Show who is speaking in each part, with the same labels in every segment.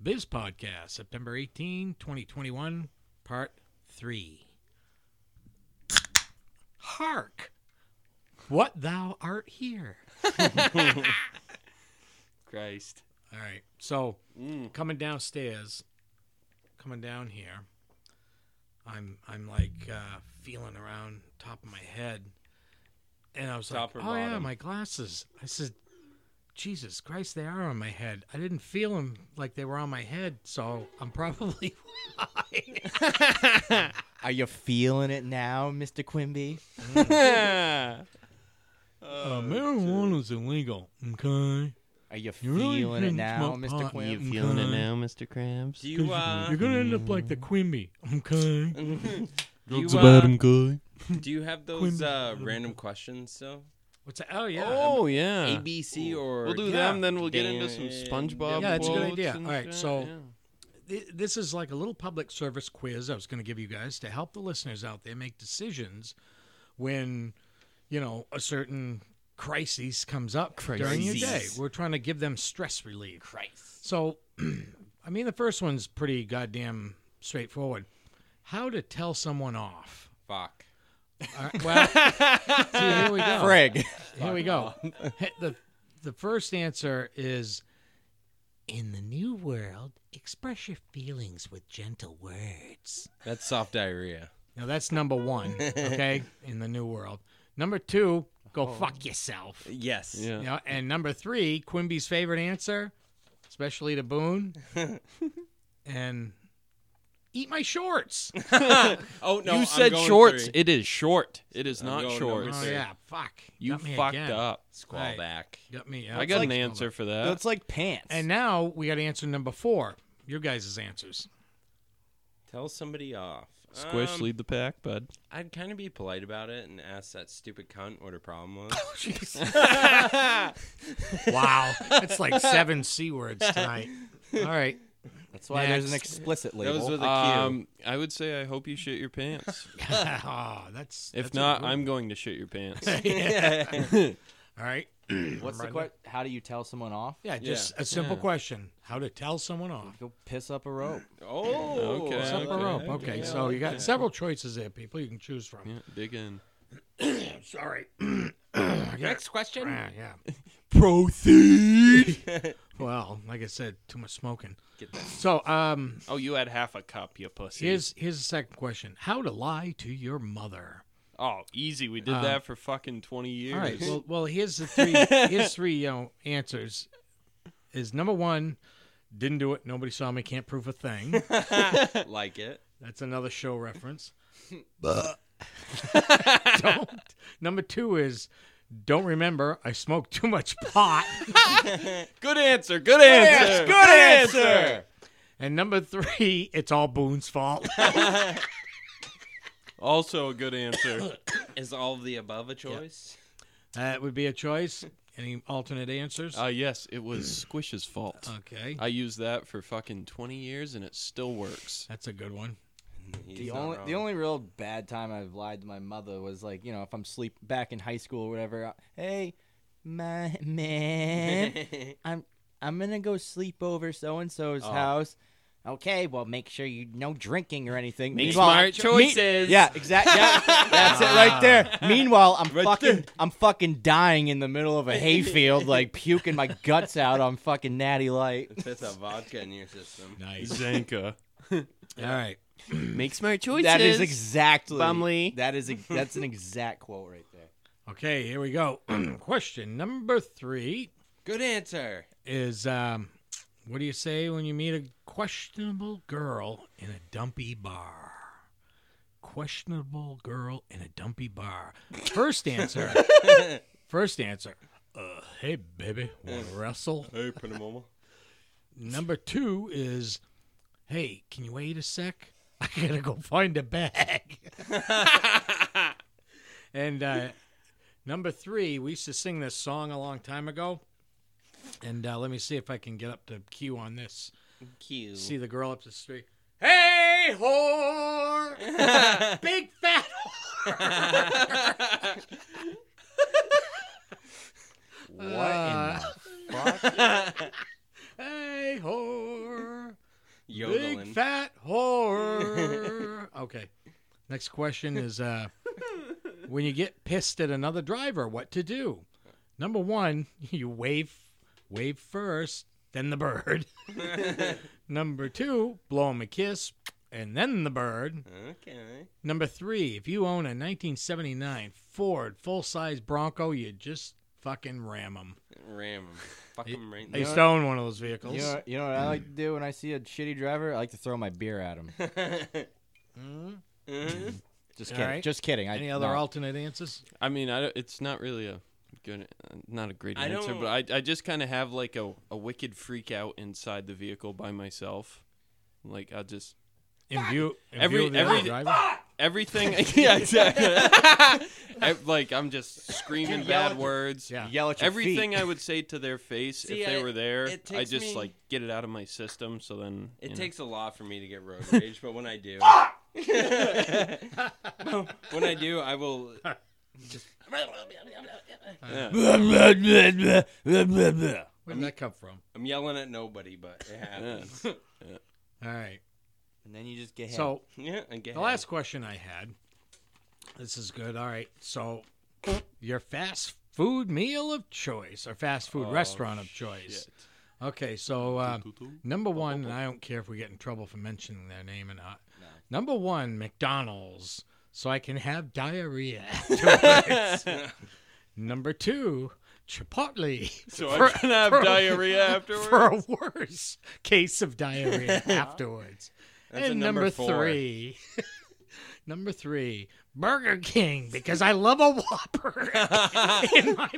Speaker 1: Viz Podcast, September 18, 2021, Part 3. Hark! What thou art here.
Speaker 2: Christ.
Speaker 1: All right. So,
Speaker 2: Mm.
Speaker 1: coming downstairs, coming down here, I'm I'm like uh, feeling around top of my head, and I was
Speaker 2: Top or
Speaker 1: like, "Oh yeah,
Speaker 2: bottom?"
Speaker 1: my glasses." I said, "Jesus Christ, they are on my head." I didn't feel them like they were on my head, so I'm probably
Speaker 2: Uh,
Speaker 1: lying.
Speaker 3: Are you feeling it now, Mr. Quimby?
Speaker 1: Uh, marijuana's illegal. Okay,
Speaker 3: Are you
Speaker 1: You really
Speaker 3: feeling it
Speaker 1: didn't
Speaker 3: now,
Speaker 1: smoke
Speaker 3: Mr.
Speaker 1: pot.
Speaker 3: Quimby?
Speaker 1: You feeling it now,
Speaker 4: Mr. Krabs?
Speaker 2: Do you uh
Speaker 1: you're gonna end up like the Quimby. Okay,
Speaker 2: do
Speaker 4: Do
Speaker 2: you, uh,
Speaker 4: guy.
Speaker 2: do you have those
Speaker 1: Quimby.
Speaker 2: uh, random questions still?
Speaker 1: what's that? Oh yeah.
Speaker 4: Oh yeah.
Speaker 2: A B C or
Speaker 4: We'll do
Speaker 1: Yeah.
Speaker 4: them, then we'll get into some
Speaker 2: Dan-
Speaker 4: SpongeBob.
Speaker 1: Yeah, that's a good
Speaker 4: quotes
Speaker 1: idea.
Speaker 4: and
Speaker 1: All right,
Speaker 4: shit,
Speaker 1: so-
Speaker 4: yeah.
Speaker 1: Th- this is like a little public service quiz I was going to give you guys to help the listeners out there make decisions when, you know, a certain crisis comes up during your day.
Speaker 2: Crises.
Speaker 1: We're trying to give them stress relief. So, I mean, the first one's pretty goddamn straightforward. How to tell someone off.
Speaker 2: fuck.
Speaker 1: All right, well, see, here we go.
Speaker 3: Frig.
Speaker 1: Here we go. the the first answer is in the new world, express your feelings with gentle words.
Speaker 2: That's soft diarrhea.
Speaker 1: Now that's number 1, okay? In the new world. Number 2,
Speaker 4: Oh.
Speaker 1: go fuck yourself.
Speaker 2: Yes.
Speaker 4: Yeah.
Speaker 1: You know, and number 3, Quimby's favorite answer, especially to Boone, and eat my shorts.
Speaker 2: Oh no.
Speaker 4: you
Speaker 2: I'm
Speaker 4: said
Speaker 2: going
Speaker 4: shorts.
Speaker 2: three.
Speaker 4: It is short. It is
Speaker 2: I'm
Speaker 4: not
Speaker 2: going
Speaker 4: shorts.
Speaker 2: number
Speaker 1: oh
Speaker 2: three.
Speaker 1: yeah, fuck.
Speaker 4: You
Speaker 1: Got me
Speaker 4: fucked
Speaker 1: again.
Speaker 4: up.
Speaker 2: Squall
Speaker 1: Right.
Speaker 2: back.
Speaker 1: Got me.
Speaker 4: I got
Speaker 1: It's
Speaker 4: an
Speaker 1: like-
Speaker 4: answer for that.
Speaker 3: That's like pants.
Speaker 1: And now we got answer number 4. Your guys' answers.
Speaker 2: Tell somebody off.
Speaker 4: Squish,
Speaker 2: Um,
Speaker 4: lead the pack, bud.
Speaker 2: I'd kind of be polite about it and ask that stupid cunt what her problem was.
Speaker 1: Wow. That's like seven C words tonight. All right.
Speaker 3: That's why there's an
Speaker 1: Next.
Speaker 3: explicit
Speaker 2: Those
Speaker 3: label.
Speaker 2: were the-
Speaker 4: Um, I would say I hope you shit your pants.
Speaker 1: oh, that's
Speaker 4: if
Speaker 1: that's a
Speaker 4: not,
Speaker 1: good
Speaker 4: I'm going to shit your pants.
Speaker 1: one. all right.
Speaker 3: What's the
Speaker 1: Right
Speaker 3: question? How do you tell someone off?
Speaker 1: Yeah, just a simple
Speaker 4: Yeah.
Speaker 1: question. How to tell someone off.
Speaker 3: Go piss up a rope.
Speaker 2: oh.
Speaker 4: Okay.
Speaker 1: Up a rope. Okay,
Speaker 4: okay,
Speaker 1: so you got several choices there, people you can choose from.
Speaker 4: yeah, dig in.
Speaker 1: Sorry. Next
Speaker 2: question?
Speaker 1: Yeah.
Speaker 4: Proceed.
Speaker 1: Well, like I said, too much smoking.
Speaker 2: Get that.
Speaker 1: So, um,
Speaker 4: oh, you had half a cup, you pussy.
Speaker 1: here's here's the second question. How to lie to your mother?
Speaker 4: oh, easy. We did
Speaker 1: Uh,
Speaker 4: that for fucking twenty years.
Speaker 1: All right. Well, well, here's the three. here's three. You know, answers. Is number one, didn't do it. Nobody saw me. Can't prove a thing.
Speaker 2: like it.
Speaker 1: That's another show reference. don't. Number two is, don't remember. I smoked too much pot.
Speaker 4: good answer. Good answer.
Speaker 3: Good answer.
Speaker 1: and number three, it's all Boone's fault.
Speaker 4: Also a good answer.
Speaker 2: Is all of the above a choice?
Speaker 1: that would be a choice. Any alternate answers?
Speaker 4: uh, yes, it was Squish's
Speaker 1: Uh,
Speaker 4: fault.
Speaker 1: okay,
Speaker 4: I used that for fucking twenty years, and it still works.
Speaker 1: that's a good one.
Speaker 2: He's
Speaker 3: The
Speaker 2: not
Speaker 3: only
Speaker 2: wrong.
Speaker 3: the only real bad time I've lied to my mother was like you know if I'm sleep back in high school or whatever. I- hey, my man, I'm I'm gonna go sleep over so and so's
Speaker 4: Oh.
Speaker 3: house. Okay, well make sure you no drinking or anything.
Speaker 4: Make
Speaker 3: Meanwhile-
Speaker 4: smart choices.
Speaker 3: yeah, exactly. Yeah, that's it right there. Meanwhile, I'm
Speaker 2: Right
Speaker 3: fucking
Speaker 2: there.
Speaker 3: I'm fucking dying in the middle of a hayfield, like puking my guts out on fucking natty light.
Speaker 2: Fifth of vodka in your system.
Speaker 1: Nice.
Speaker 4: Zanka.
Speaker 1: All right.
Speaker 4: Make smart choices.
Speaker 3: That is exactly
Speaker 4: Bumley.
Speaker 3: That is ex- that's an exact quote right there.
Speaker 1: Okay. Here we go. Question number three.
Speaker 2: Good answer.
Speaker 1: is um, what do you say when you meet a questionable girl in a dumpy bar? Questionable girl in a dumpy bar. First answer. first answer. Uh, hey, baby, want to wrestle?
Speaker 2: Hey, Panamoma.
Speaker 1: Number two is, hey, can you wait a sec? I gotta go find a bag. and uh, number three, we used to sing this song a long time ago. And uh, let me see if I can get up to cue on this.
Speaker 2: Cute.
Speaker 1: See the girl up the street. Hey, whore! Big fat
Speaker 3: What in the fuck?
Speaker 1: Hey, whore! fat whore. okay. Next question is uh, when you get pissed at another driver, what to do? Number one, you wave, wave first, then the bird. Number two, blow him a kiss, and then the bird.
Speaker 2: okay.
Speaker 1: Number three, if you own a 1979 Ford full-size Bronco, you just fucking ram them.
Speaker 2: Ram him. Fuck him right
Speaker 1: I
Speaker 2: now.
Speaker 1: used to own one of those vehicles.
Speaker 3: You know, you know what I like to do when I see a shitty driver? I like to throw my beer at him.
Speaker 2: Mhm.
Speaker 3: Just
Speaker 1: All
Speaker 3: kidding.
Speaker 1: right.
Speaker 3: Just kidding. I,
Speaker 1: Any other
Speaker 3: no.
Speaker 1: alternate answers?
Speaker 4: I mean, I don't- it's not really a good, uh, not a great
Speaker 2: I
Speaker 4: answer,
Speaker 2: don't-
Speaker 4: but I, I just kind of have like a, a wicked freak out inside the vehicle by myself. Like I just
Speaker 1: In view, in
Speaker 4: Every-
Speaker 1: view of the
Speaker 4: every-
Speaker 1: other driver?
Speaker 4: everything. yeah, exactly. I- like I'm just
Speaker 3: Yell
Speaker 4: screaming
Speaker 3: at
Speaker 4: bad
Speaker 3: your-
Speaker 4: words.
Speaker 1: Yeah.
Speaker 3: Yell at your
Speaker 4: Everything
Speaker 3: feet.
Speaker 4: I would say to their face
Speaker 2: See,
Speaker 4: if they
Speaker 2: I-
Speaker 4: were there,
Speaker 2: it
Speaker 4: I
Speaker 2: takes
Speaker 4: just
Speaker 2: me-
Speaker 4: like get it out of my system. So then you
Speaker 2: It
Speaker 4: know.
Speaker 2: takes a lot for me to get road rage, but when I do, when I do, I will. Just,
Speaker 4: Yeah.
Speaker 1: Where did that come from?
Speaker 2: I'm yelling at nobody, but it happens.
Speaker 1: All right.
Speaker 3: And then you just get hit.
Speaker 1: So
Speaker 2: yeah, I get
Speaker 1: the last question I had. This is good. All right. So your fast food meal of choice or fast food
Speaker 2: Oh,
Speaker 1: restaurant of choice. Okay. So uh, number one, and I don't care if we get in trouble for mentioning their name or not. Number one, McDonald's. So I can have diarrhea. afterwards. number two, Chipotle.
Speaker 4: So I'm gonna have
Speaker 1: for-
Speaker 4: diarrhea afterwards.
Speaker 1: for a worse case of diarrhea afterwards.
Speaker 2: That's a
Speaker 1: and
Speaker 2: number
Speaker 1: number
Speaker 2: four.
Speaker 1: three, number three, Burger King because I love a Whopper in my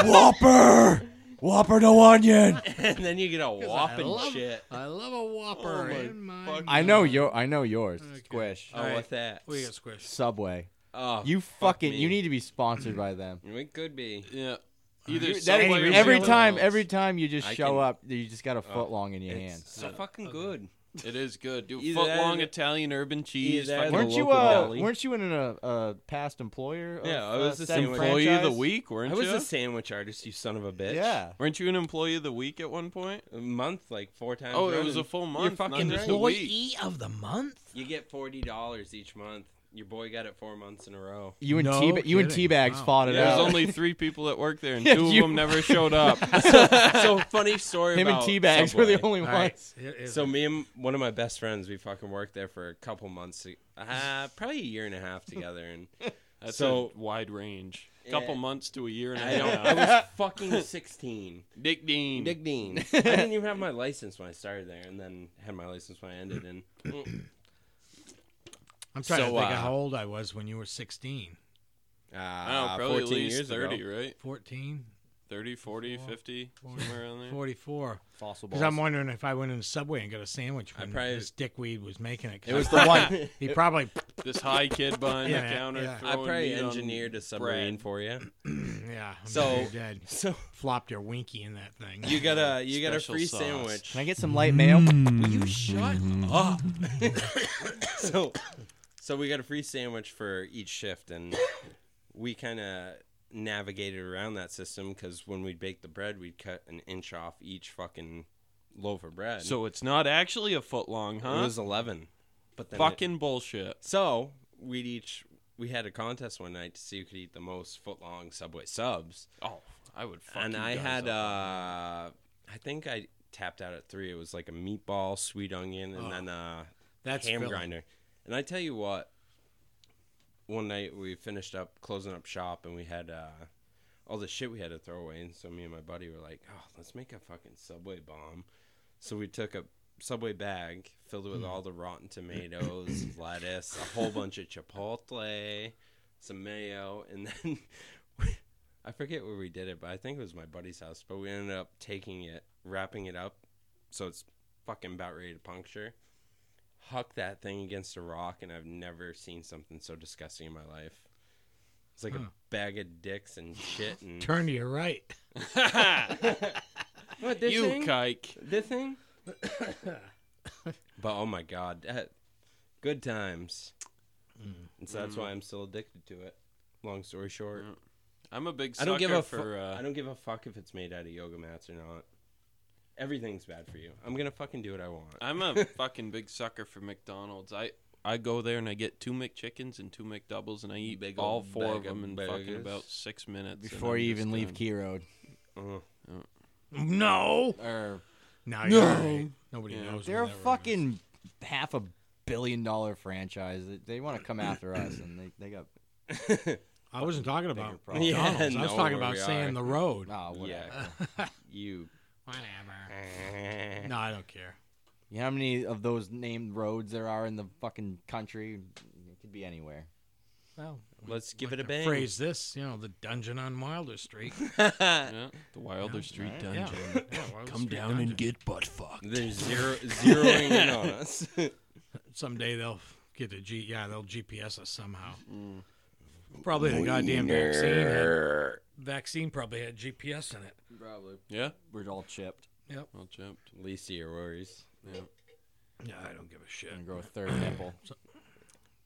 Speaker 1: mouth.
Speaker 3: Whopper! Whopper no onion!
Speaker 2: and then you get a
Speaker 1: I
Speaker 2: whopping
Speaker 1: love,
Speaker 2: shit. Oh,
Speaker 1: I love a Whopper
Speaker 2: my
Speaker 1: in my.
Speaker 2: fucking-
Speaker 1: mouth.
Speaker 3: I know your I know yours. Squish.
Speaker 2: Oh,
Speaker 1: Alright.
Speaker 2: with that.
Speaker 1: We got squished.
Speaker 3: Subway.
Speaker 2: Oh,
Speaker 3: You
Speaker 2: fuck
Speaker 3: fucking
Speaker 2: me.
Speaker 3: you need to be sponsored by them.
Speaker 2: It could be.
Speaker 4: Yeah. Either
Speaker 1: You- that-
Speaker 4: Subway or
Speaker 1: Really?
Speaker 3: Every
Speaker 1: Really?
Speaker 3: time,
Speaker 4: McDonald's.
Speaker 3: every time you just
Speaker 2: I
Speaker 3: show
Speaker 2: can- Oh.
Speaker 3: up, you just got a foot long in your hand.
Speaker 2: It's so fucking good.
Speaker 4: It is good. Do
Speaker 2: Either
Speaker 4: foot
Speaker 2: that or
Speaker 4: long
Speaker 2: the-
Speaker 4: Italian urban cheese.
Speaker 2: that or
Speaker 4: fucking
Speaker 2: the
Speaker 3: Weren't you
Speaker 4: local
Speaker 3: uh,
Speaker 4: deli.
Speaker 3: weren't you in a, a past employer? Of,
Speaker 2: Yeah, I was
Speaker 3: uh,
Speaker 2: a
Speaker 3: said
Speaker 2: sandwich
Speaker 4: employee of the
Speaker 3: franchise?
Speaker 4: week? Weren't
Speaker 2: I was
Speaker 4: you?
Speaker 2: a sandwich artist, you son of a bitch.
Speaker 3: Yeah.
Speaker 4: weren't you an employee of the week at one point?
Speaker 2: A month, like four times.
Speaker 4: Oh, it
Speaker 2: running.
Speaker 4: was a full month. not
Speaker 2: fucking
Speaker 4: just a
Speaker 2: right.
Speaker 1: Employee
Speaker 4: week.
Speaker 1: of the month.
Speaker 2: You get forty dollars each month. Your boy got it four months in a row.
Speaker 3: You and
Speaker 1: No
Speaker 3: T you and
Speaker 1: kidding.
Speaker 3: T-Bags
Speaker 1: Wow.
Speaker 3: fought it
Speaker 4: There
Speaker 3: out.
Speaker 4: was only three people that worked there, and
Speaker 3: Yeah,
Speaker 4: two of
Speaker 3: you-
Speaker 4: them never showed up.
Speaker 2: so funny story
Speaker 3: Him and
Speaker 2: about
Speaker 3: T-Bags were the
Speaker 2: Subway.
Speaker 3: only
Speaker 1: All
Speaker 3: ones.
Speaker 1: right. Here is
Speaker 2: So
Speaker 1: it.
Speaker 2: me and one of my best friends, we fucking worked there for a couple months, to- uh, probably a year and a half together, and
Speaker 4: That's
Speaker 2: So-
Speaker 4: a wide range. couple
Speaker 2: Yeah.
Speaker 4: months to a year and a
Speaker 2: I don't.
Speaker 4: half.
Speaker 2: I was fucking sixteen.
Speaker 4: Dick Dean.
Speaker 2: Big Dean. I didn't even have my license when I started there, and then had my license when I ended. And
Speaker 1: I'm trying to
Speaker 4: so,
Speaker 1: think of
Speaker 4: uh,
Speaker 1: how old I was when you were 16,
Speaker 4: I don't
Speaker 2: uh,
Speaker 4: know, probably at
Speaker 2: 14
Speaker 4: least
Speaker 2: years
Speaker 4: 30,
Speaker 2: ago.
Speaker 4: right?
Speaker 1: 14,
Speaker 4: 30, 40, 50, somewhere around there.
Speaker 1: 44.
Speaker 3: Fossil
Speaker 1: Because I'm wondering if I went in the subway and got a sandwich
Speaker 2: I
Speaker 1: when
Speaker 2: probably-
Speaker 1: this dickweed was making it. 'cause
Speaker 3: It was
Speaker 1: I-
Speaker 3: the one.
Speaker 1: he probably
Speaker 4: This high kid behind
Speaker 1: Yeah,
Speaker 4: the counter
Speaker 1: yeah. I
Speaker 2: I
Speaker 4: throwing
Speaker 2: probably
Speaker 4: meat on
Speaker 2: engineered a submarine
Speaker 4: bread.
Speaker 2: for you.
Speaker 1: yeah. I'm
Speaker 2: So-
Speaker 1: sure you did.
Speaker 2: So
Speaker 1: flopped your winky in that thing.
Speaker 2: you got a you got a
Speaker 4: Special
Speaker 2: free
Speaker 4: sauce.
Speaker 2: sandwich.
Speaker 3: Can I get some light mail?
Speaker 2: You shut up. so, so we got a free sandwich for each shift, and we kind of navigated around that system because when we'd bake the bread, we'd cut an inch off each fucking loaf of bread.
Speaker 4: So it's not actually a foot long, huh?
Speaker 2: it was eleven. But then it-
Speaker 4: Fucking bullshit.
Speaker 2: so we'd each we had a contest one night to see who could eat the most foot long Subway subs,
Speaker 4: Oh, I would fucking.
Speaker 2: and I had uh, I think I tapped out at three. It was like a meatball, sweet onion, and then uh,
Speaker 1: That's
Speaker 2: ham
Speaker 1: filling.
Speaker 2: grinder. And I tell you what, one night we finished up closing up shop, and we had uh, all the shit we had to throw away. And so me and my buddy were like, "Oh, let's make a fucking Subway bomb." So we took a Subway bag filled it with all the rotten tomatoes, lettuce, a whole bunch of chipotle, some mayo, and then. I forget where we did it, but I think it was my buddy's house. But we ended up taking it, wrapping it up, so it's fucking about ready to puncture huck that thing against a rock, and I've never seen something so disgusting in my life. It's like a bag of dicks and shit. And
Speaker 1: Turn to your right.
Speaker 2: uh, what
Speaker 4: you kike.
Speaker 2: This thing. but oh my god, that- good times.
Speaker 1: Mm.
Speaker 2: And so that's why I'm still addicted to it. Long story short,
Speaker 4: I'm a big
Speaker 2: I
Speaker 4: sucker
Speaker 2: don't give a
Speaker 4: for.
Speaker 2: fu-
Speaker 4: uh,
Speaker 2: I don't give a fuck if it's made out of yoga mats or not. Everything's bad for you. I'm gonna fucking do what I want.
Speaker 4: I'm a fucking big sucker for McDonald's. I I go there and I get two McChickens and two McDoubles, and I eat
Speaker 2: Big
Speaker 4: all
Speaker 2: ol'
Speaker 4: four of
Speaker 2: bag of
Speaker 4: them in fucking
Speaker 2: burgers.
Speaker 4: about six minutes. and
Speaker 3: before
Speaker 4: I'm
Speaker 3: you
Speaker 4: just
Speaker 3: even leave
Speaker 4: done.
Speaker 3: Key Road.
Speaker 2: Ugh.
Speaker 1: No.
Speaker 3: Or
Speaker 1: No. Nobody
Speaker 4: Yeah.
Speaker 1: knows. where
Speaker 3: they're a
Speaker 1: that room is.
Speaker 3: fucking half a billion dollar franchise. They- They want to come after us, and they, they got
Speaker 1: I wasn't talking
Speaker 3: bigger
Speaker 1: about
Speaker 3: problems.
Speaker 2: Yeah,
Speaker 1: McDonald's. I was
Speaker 2: no,
Speaker 1: talking
Speaker 2: where
Speaker 1: about
Speaker 2: we
Speaker 1: saying
Speaker 2: are.
Speaker 1: the road.
Speaker 3: oh, whatever.
Speaker 2: yeah, you.
Speaker 1: Whatever. No, I don't care.
Speaker 3: You know how many of those named roads there are in the fucking country? It could be anywhere.
Speaker 1: Well, we-
Speaker 2: Let's give
Speaker 1: like
Speaker 2: it a
Speaker 1: to
Speaker 2: bang.
Speaker 1: Phrase this, you know, the dungeon on Wilder Street.
Speaker 4: Yeah, the Wilder
Speaker 1: Yeah.
Speaker 4: Street
Speaker 3: Alright.
Speaker 1: Yeah.
Speaker 4: Dungeon.
Speaker 1: Yeah, Wilder
Speaker 4: Come
Speaker 1: Street
Speaker 4: down
Speaker 1: dungeon.
Speaker 4: and get butt fucked.
Speaker 2: They're zero zeroing in on us.
Speaker 1: Someday they'll get a G. Yeah, they'll GPS us somehow. Probably the goddamn vaccine. Had, vaccine probably had GPS in it.
Speaker 2: Probably.
Speaker 4: Yeah,
Speaker 3: We're all chipped.
Speaker 1: Yep.
Speaker 4: well jumped.
Speaker 2: Least of your worries.
Speaker 4: Yeah.
Speaker 1: Yeah, I don't give a shit.
Speaker 3: And grow a third nipple.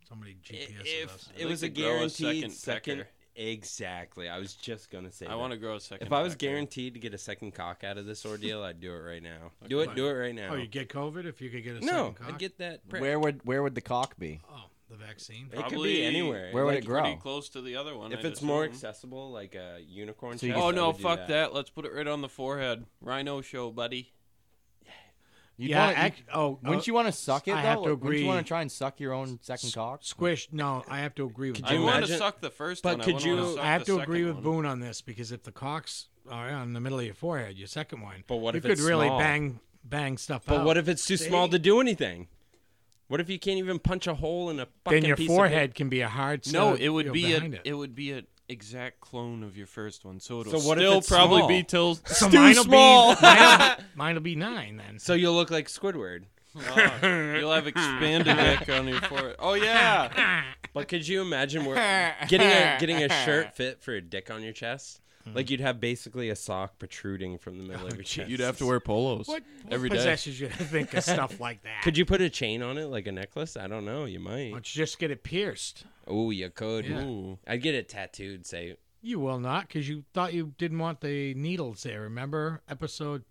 Speaker 1: Somebody GPS us.
Speaker 2: If it
Speaker 4: like
Speaker 2: was
Speaker 4: to
Speaker 2: a
Speaker 4: grow a
Speaker 2: guaranteed
Speaker 4: second
Speaker 2: second,
Speaker 4: pecker.
Speaker 2: exactly. I was just gonna say.
Speaker 4: I want to grow a second.
Speaker 2: If I was
Speaker 4: pack there.
Speaker 2: guaranteed to get a second cock out of this ordeal, I'd do it right now. Do it. Do it right now.
Speaker 1: Oh, you get COVID if you could get a
Speaker 2: no,
Speaker 1: second
Speaker 2: I
Speaker 1: cock?
Speaker 2: get that. prick.
Speaker 3: Where would where would the cock be?
Speaker 1: Oh, the vaccine.
Speaker 2: it could
Speaker 4: Probably-
Speaker 2: be anywhere.
Speaker 3: Where would
Speaker 2: Like,
Speaker 3: it
Speaker 4: pretty
Speaker 3: grow?
Speaker 4: close to the other one.
Speaker 2: If
Speaker 4: I'd
Speaker 2: it's more
Speaker 4: assume.
Speaker 2: accessible, like a unicorn.
Speaker 3: So you
Speaker 2: chest,
Speaker 4: Oh
Speaker 2: I
Speaker 4: no!
Speaker 2: would do
Speaker 4: Fuck that. Let's put it right on the forehead. Rhino show, buddy.
Speaker 3: You'd
Speaker 1: yeah.
Speaker 3: wanna-
Speaker 1: act- oh,
Speaker 3: wouldn't you want to suck it
Speaker 1: I
Speaker 3: though?
Speaker 1: have to
Speaker 3: Like, Wouldn't
Speaker 1: agree.
Speaker 3: you want to try and suck your own second cock?
Speaker 1: Squish. No, I have to agree with
Speaker 2: Could
Speaker 4: I
Speaker 2: you
Speaker 1: Boone.
Speaker 4: want to
Speaker 2: imagine-
Speaker 4: suck the first
Speaker 2: but
Speaker 4: one. I
Speaker 2: could
Speaker 4: wanna
Speaker 2: you-
Speaker 4: wanna suck
Speaker 1: I have
Speaker 4: the
Speaker 1: to agree
Speaker 4: second
Speaker 1: with
Speaker 4: one.
Speaker 1: Boone on this because if the cocks are on the middle of your forehead, your second one,
Speaker 2: But what
Speaker 1: you
Speaker 2: if
Speaker 1: could
Speaker 2: it's
Speaker 1: really
Speaker 2: small?
Speaker 1: bang bang stuff
Speaker 2: But
Speaker 1: out.
Speaker 2: what if it's too small to do anything? What if you can't even punch a hole in a fucking
Speaker 1: then your
Speaker 2: piece
Speaker 1: forehead can be a hard
Speaker 4: No,
Speaker 1: stud,
Speaker 4: it would
Speaker 1: you know,
Speaker 4: be a,
Speaker 1: behind
Speaker 4: it.
Speaker 1: it.
Speaker 4: would be an exact clone of your first one. So it'll
Speaker 2: So what if
Speaker 4: still
Speaker 2: it's
Speaker 4: probably
Speaker 2: small?
Speaker 4: be till
Speaker 1: So
Speaker 4: too
Speaker 1: mine'll be-
Speaker 4: small.
Speaker 1: mine'll, be, mine'll be nine then.
Speaker 2: So you'll look like Squidward.
Speaker 4: Oh, you'll have expanded dick on your forehead. Oh yeah.
Speaker 2: But could you imagine where getting a getting a shirt fit for a dick on your chest?
Speaker 1: Hmm.
Speaker 2: Like you'd have basically a sock protruding from the middle of your chest.
Speaker 4: Oh, You'd have to wear polos
Speaker 1: what, what
Speaker 4: every day.
Speaker 1: possesses you to think of stuff like that?
Speaker 2: Could you put a chain on it like a necklace? I don't know. You might.
Speaker 1: Why don't you just get it pierced?
Speaker 2: Oh, you could.
Speaker 1: Yeah.
Speaker 4: Ooh.
Speaker 2: I'd get it tattooed. Say
Speaker 1: You will not, because you thought you didn't want the needles there. Remember episode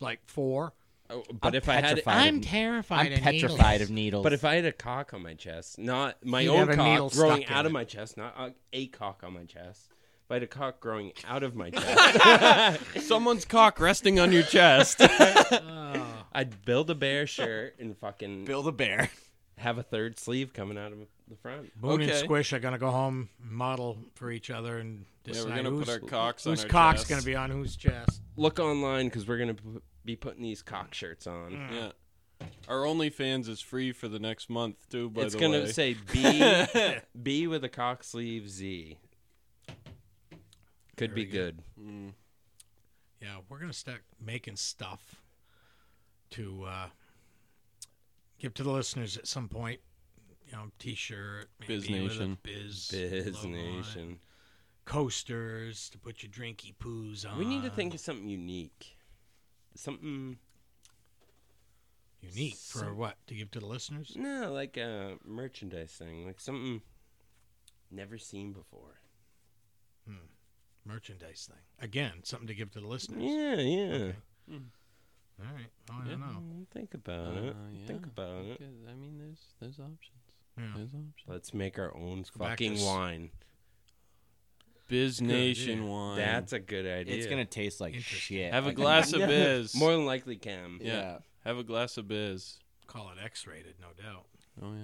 Speaker 1: like four?
Speaker 2: Oh, but
Speaker 3: I'm
Speaker 2: if I had,
Speaker 3: petrified. I'm
Speaker 1: terrified.
Speaker 3: I'm petrified of needles.
Speaker 2: but if I had a cock on my chest, not my
Speaker 1: You'd have a
Speaker 2: own
Speaker 1: needle
Speaker 2: cock growing
Speaker 1: stuck in
Speaker 2: out of
Speaker 1: it.
Speaker 2: my chest, not a, a cock on my chest. If I had a cock growing out of my chest,
Speaker 4: Someone's cock resting on your chest.
Speaker 2: I'd build a bear shirt and fucking
Speaker 3: build a bear.
Speaker 2: have a third sleeve coming out of the front.
Speaker 1: Boone and
Speaker 4: Okay.
Speaker 1: Squish are gonna go home, and model for each other, and
Speaker 4: yeah,
Speaker 1: decide
Speaker 4: we're gonna
Speaker 1: whose,
Speaker 4: put our cocks on
Speaker 1: whose
Speaker 4: our
Speaker 1: cock's
Speaker 4: chests.
Speaker 1: gonna be on whose chest.
Speaker 2: Look online because we're gonna p- be putting these cock shirts on.
Speaker 4: Yeah. Our OnlyFans is free for the next month too. By
Speaker 2: it's
Speaker 4: the
Speaker 2: gonna
Speaker 4: way.
Speaker 2: say B B with a cock sleeve Z. Could be good.
Speaker 1: Yeah, we're gonna start making stuff to uh, give to the listeners at some point. You know, T-shirt, maybe
Speaker 4: Biz
Speaker 1: with a
Speaker 4: Nation.
Speaker 1: biz,
Speaker 2: Biz
Speaker 1: logo on it.
Speaker 2: Nation.
Speaker 1: coasters to put your drinky poos on.
Speaker 2: We need to think of something unique. Something
Speaker 1: unique for what to give to the listeners.
Speaker 2: no, like a merchandise thing, like something never seen before.
Speaker 1: Merchandise thing again, something to give to the listeners.
Speaker 2: Yeah, yeah.
Speaker 1: All right, oh, I
Speaker 4: Hmm. Yeah.
Speaker 1: don't know.
Speaker 2: Mm, Think about
Speaker 4: Uh,
Speaker 2: it.
Speaker 4: yeah.
Speaker 2: Think about it.
Speaker 4: Okay, I mean, there's there's options.
Speaker 2: Hmm.
Speaker 1: Yeah.
Speaker 4: There's options.
Speaker 2: Let's make our own
Speaker 1: go back to
Speaker 2: fucking
Speaker 1: s-
Speaker 2: wine.
Speaker 4: Biz Nation
Speaker 1: yeah.
Speaker 4: wine.
Speaker 2: That's a good idea.
Speaker 3: It's gonna taste like
Speaker 1: Interesting.
Speaker 3: shit.
Speaker 4: have a
Speaker 3: Like,
Speaker 4: glass of
Speaker 2: Yeah.
Speaker 4: biz.
Speaker 2: more than likely cam.
Speaker 4: Yeah. Have a glass of biz.
Speaker 1: Call it X-rated, no doubt.
Speaker 4: Oh yeah.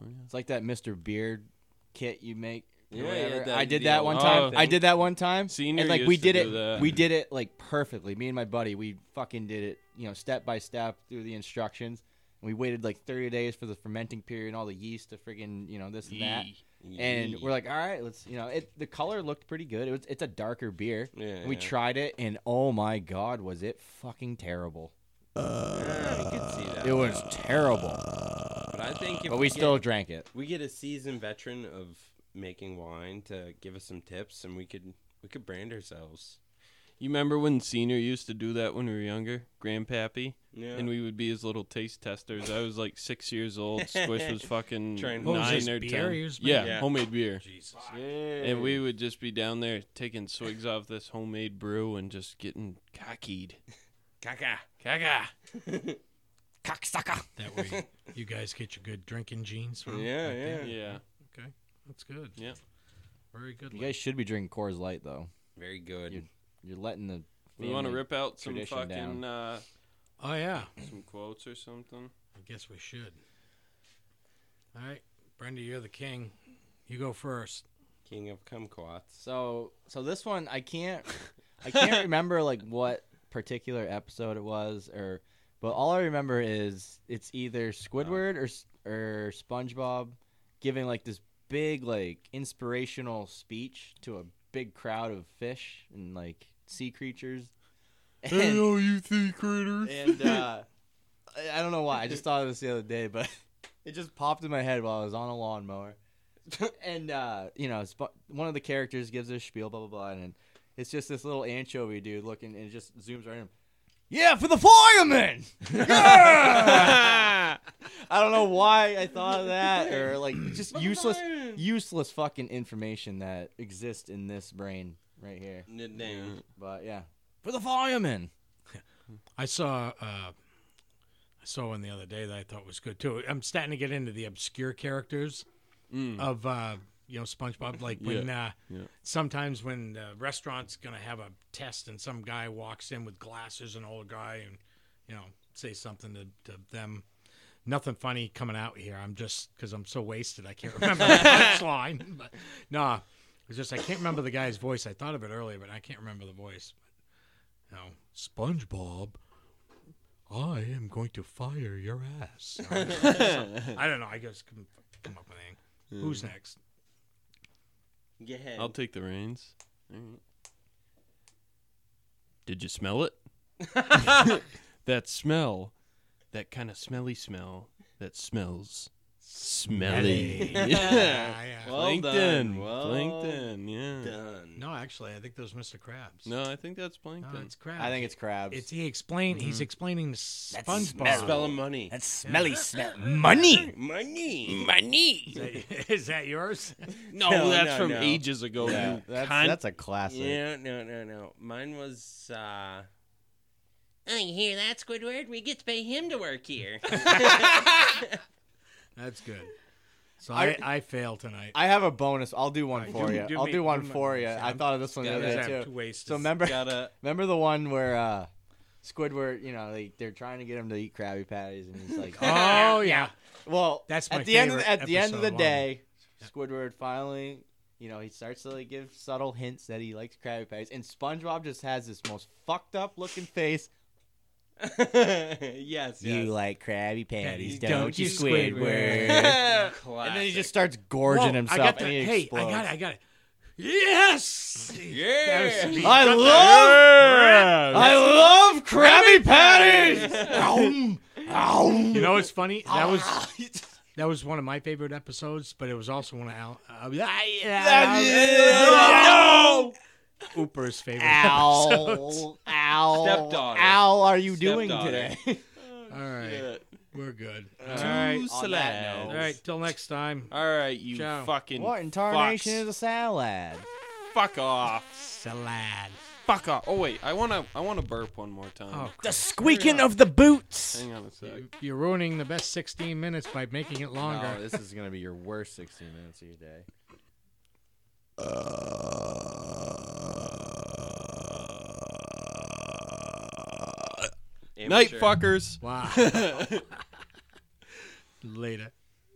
Speaker 4: Oh yeah.
Speaker 3: It's like that Mr. Beard kit you make. or
Speaker 2: Yeah, yeah,
Speaker 3: whatever.
Speaker 2: that-
Speaker 3: I did
Speaker 2: the
Speaker 3: that one time.
Speaker 4: yellow
Speaker 3: I
Speaker 2: thing.
Speaker 3: did that one time.
Speaker 4: Senior
Speaker 3: and like
Speaker 4: used
Speaker 3: we
Speaker 4: to
Speaker 3: did
Speaker 4: do
Speaker 3: it.
Speaker 4: that.
Speaker 3: We did it like perfectly. Me and my buddy, we fucking did it. You know, step by step through the instructions. And we waited like 30 days for the fermenting period and all the yeast to friggin' you know this and that.
Speaker 4: Yee.
Speaker 3: And
Speaker 2: Yee.
Speaker 3: we're like, all right, let's you know, it the color looked pretty good. It was it's a darker beer.
Speaker 2: Yeah,
Speaker 3: And we
Speaker 2: yeah.
Speaker 3: tried it, and oh my god, was it fucking terrible!
Speaker 2: Yeah, I could see that.
Speaker 3: It was terrible,
Speaker 2: Uh, but I think if
Speaker 3: but we
Speaker 2: get-
Speaker 3: still drank it.
Speaker 2: we get a seasoned veteran of making wine to give us some tips, and we could we could brand ourselves.
Speaker 4: You remember when Senior used to do that when we were younger, Grandpappy?
Speaker 2: Yeah.
Speaker 4: And we would be his little taste testers. I was like six years old. Squish was fucking
Speaker 2: Trying- What was
Speaker 4: nine
Speaker 1: this,
Speaker 4: or
Speaker 1: beer
Speaker 4: ten.
Speaker 1: he was
Speaker 4: yeah,
Speaker 2: making?
Speaker 4: homemade beer.
Speaker 1: Jesus.
Speaker 4: And we would just be down there taking swigs off this homemade brew and just getting cockied.
Speaker 2: Caca.
Speaker 4: Caca.
Speaker 3: Cocksucker.
Speaker 1: That way, you guys get your good drinking genes from.
Speaker 2: Yeah,
Speaker 1: back
Speaker 2: yeah.
Speaker 1: there.
Speaker 4: Yeah.
Speaker 1: Okay, that's good.
Speaker 4: Yeah.
Speaker 1: Very good.
Speaker 3: You guys should be drinking Coors Light though.
Speaker 2: Very good.
Speaker 3: You- You're letting the.
Speaker 4: We want to
Speaker 3: family-
Speaker 4: rip out some
Speaker 3: tradition
Speaker 4: fucking
Speaker 3: down.
Speaker 4: uh,
Speaker 1: oh yeah,
Speaker 4: some quotes or something.
Speaker 1: I guess we should. All right, Brenda, you're the king. You go first.
Speaker 2: King of kumquats.
Speaker 3: So so this one I can't I can't remember like what particular episode it was or but all I remember is it's either Squidward or S- or SpongeBob giving like this big like inspirational speech to a big crowd of fish and like sea creatures.
Speaker 4: Hmm.
Speaker 3: And-
Speaker 1: you three critters.
Speaker 3: and uh, I- I don't know why. I just thought of this the other day, but it just popped in my head while I was on a lawnmower. and uh, you know, Sp- one of the characters gives a spiel, blah blah blah, and it's just this little anchovy dude looking, and it just zooms right in. Yeah, for the firemen. Yeah! I don't know why I thought of that, or like it's just useless, useless fucking information that exists in this brain right here.
Speaker 2: Nickname.
Speaker 3: But yeah, for the firemen.
Speaker 1: I saw uh, I saw one the other day that I thought was good too. I'm starting to get into the obscure characters of uh, you know SpongeBob. Like when uh,
Speaker 4: Mm. yeah.
Speaker 1: sometimes when the restaurant's gonna have a test and some guy walks in with glasses, an old guy, and you know say something to, to them. Nothing funny coming out here. I'm just because I'm so wasted. I can't remember the punchline. But nah, it's just I can't remember the guy's voice. I thought of it earlier, but I can't remember the voice. No, SpongeBob, I am going to fire your ass. I don't know. I guess come, come up with anything.
Speaker 3: Hmm.
Speaker 1: Who's next?
Speaker 2: Go ahead.
Speaker 3: Oh.
Speaker 4: I'll take the reins. Alright. Did you smell it? that smell, that kind of smelly smell that smells smelly.
Speaker 1: Yeah, yeah.
Speaker 2: Well
Speaker 4: plankton.
Speaker 2: done. Well
Speaker 4: plankton, yeah.
Speaker 2: Done.
Speaker 1: no, actually, I think that was Mr. Krabs.
Speaker 4: No, I think that's
Speaker 1: No,
Speaker 4: plankton.
Speaker 1: it's Krabs.
Speaker 3: I think it's crabs.
Speaker 1: It's he explained. He's explaining to SpongeBob.
Speaker 3: smell.
Speaker 2: Spell of money.
Speaker 3: That's smelly smell. Money.
Speaker 2: Money.
Speaker 4: Money.
Speaker 1: Is that- Is that yours?
Speaker 4: No,
Speaker 2: No,
Speaker 4: that's
Speaker 2: no,
Speaker 4: from
Speaker 2: no.
Speaker 4: ages ago. you
Speaker 3: that's,
Speaker 4: con-
Speaker 3: that's a classic.
Speaker 2: Yeah, no, no, no. Mine was. uh Oh, you hear that, Squidward? We get to pay him to work here.
Speaker 1: That's good. So I,
Speaker 3: I-
Speaker 1: I, fail tonight.
Speaker 3: I have a bonus. I'll do one
Speaker 1: Alright,
Speaker 3: for
Speaker 1: do-
Speaker 3: you.
Speaker 1: do
Speaker 3: I'll
Speaker 1: me-
Speaker 3: do one
Speaker 1: do my-
Speaker 3: for you.
Speaker 1: yeah,
Speaker 3: I
Speaker 1: I'm-
Speaker 3: thought of this one the
Speaker 1: Yeah,
Speaker 3: other
Speaker 1: I'm
Speaker 3: day
Speaker 1: too
Speaker 3: too.
Speaker 1: wasted.
Speaker 3: So remember,
Speaker 2: Gotta.
Speaker 3: remember the one where uh, Squidward, you know, they, they're trying to get him to eat Krabby Patties, and he's like,
Speaker 1: oh yeah,
Speaker 3: "Well,
Speaker 1: That's my
Speaker 3: at the end of the,
Speaker 1: favorite
Speaker 3: at the end of the
Speaker 1: episode, wasn't
Speaker 3: day, Squidward finally." You know, he starts to like give subtle hints that he likes Krabby Patties, and SpongeBob just has this most fucked up looking face.
Speaker 2: yes, yes.
Speaker 3: like Krabby
Speaker 1: Patties, don't you, Squidward?
Speaker 3: and then he
Speaker 2: Classic.
Speaker 3: just starts gorging
Speaker 1: Whoa,
Speaker 3: himself.
Speaker 1: I got that.
Speaker 3: and he
Speaker 1: hey,
Speaker 3: explodes.
Speaker 1: I got it. I got it. Yes.
Speaker 2: Yeah.
Speaker 1: That was-
Speaker 3: I love, I love Krabby Patties.
Speaker 1: You know, it's funny. That was
Speaker 3: Ah.
Speaker 1: that was one of my favorite episodes, but it was also one of Al, uh,
Speaker 3: Ow!
Speaker 1: Ooper's favorite. episodes.
Speaker 3: Ow! Ow!
Speaker 2: Stepdaughter.
Speaker 3: Ow! Are you doing
Speaker 2: Stepdaughter.
Speaker 3: today?
Speaker 1: All right, we're good. All
Speaker 4: Two
Speaker 1: right,
Speaker 3: on that
Speaker 4: salads.
Speaker 1: all right. Till next time.
Speaker 4: All right, you
Speaker 1: Ciao.
Speaker 4: fucking
Speaker 3: What in tarnation
Speaker 4: fucks.
Speaker 3: is a salad?
Speaker 4: Fuck off.
Speaker 1: Salad.
Speaker 4: Fuck off. Oh wait, I wanna I wanna burp one more time.
Speaker 1: Oh,
Speaker 3: The squeaking of the boots.
Speaker 4: Hang on a sec.
Speaker 1: you're ruining the best 16 minutes by making it longer.
Speaker 3: this is gonna be your worst 16 minutes of your day.
Speaker 4: Night
Speaker 2: Amateur.
Speaker 4: Uh, fuckers.
Speaker 1: Wow. Later.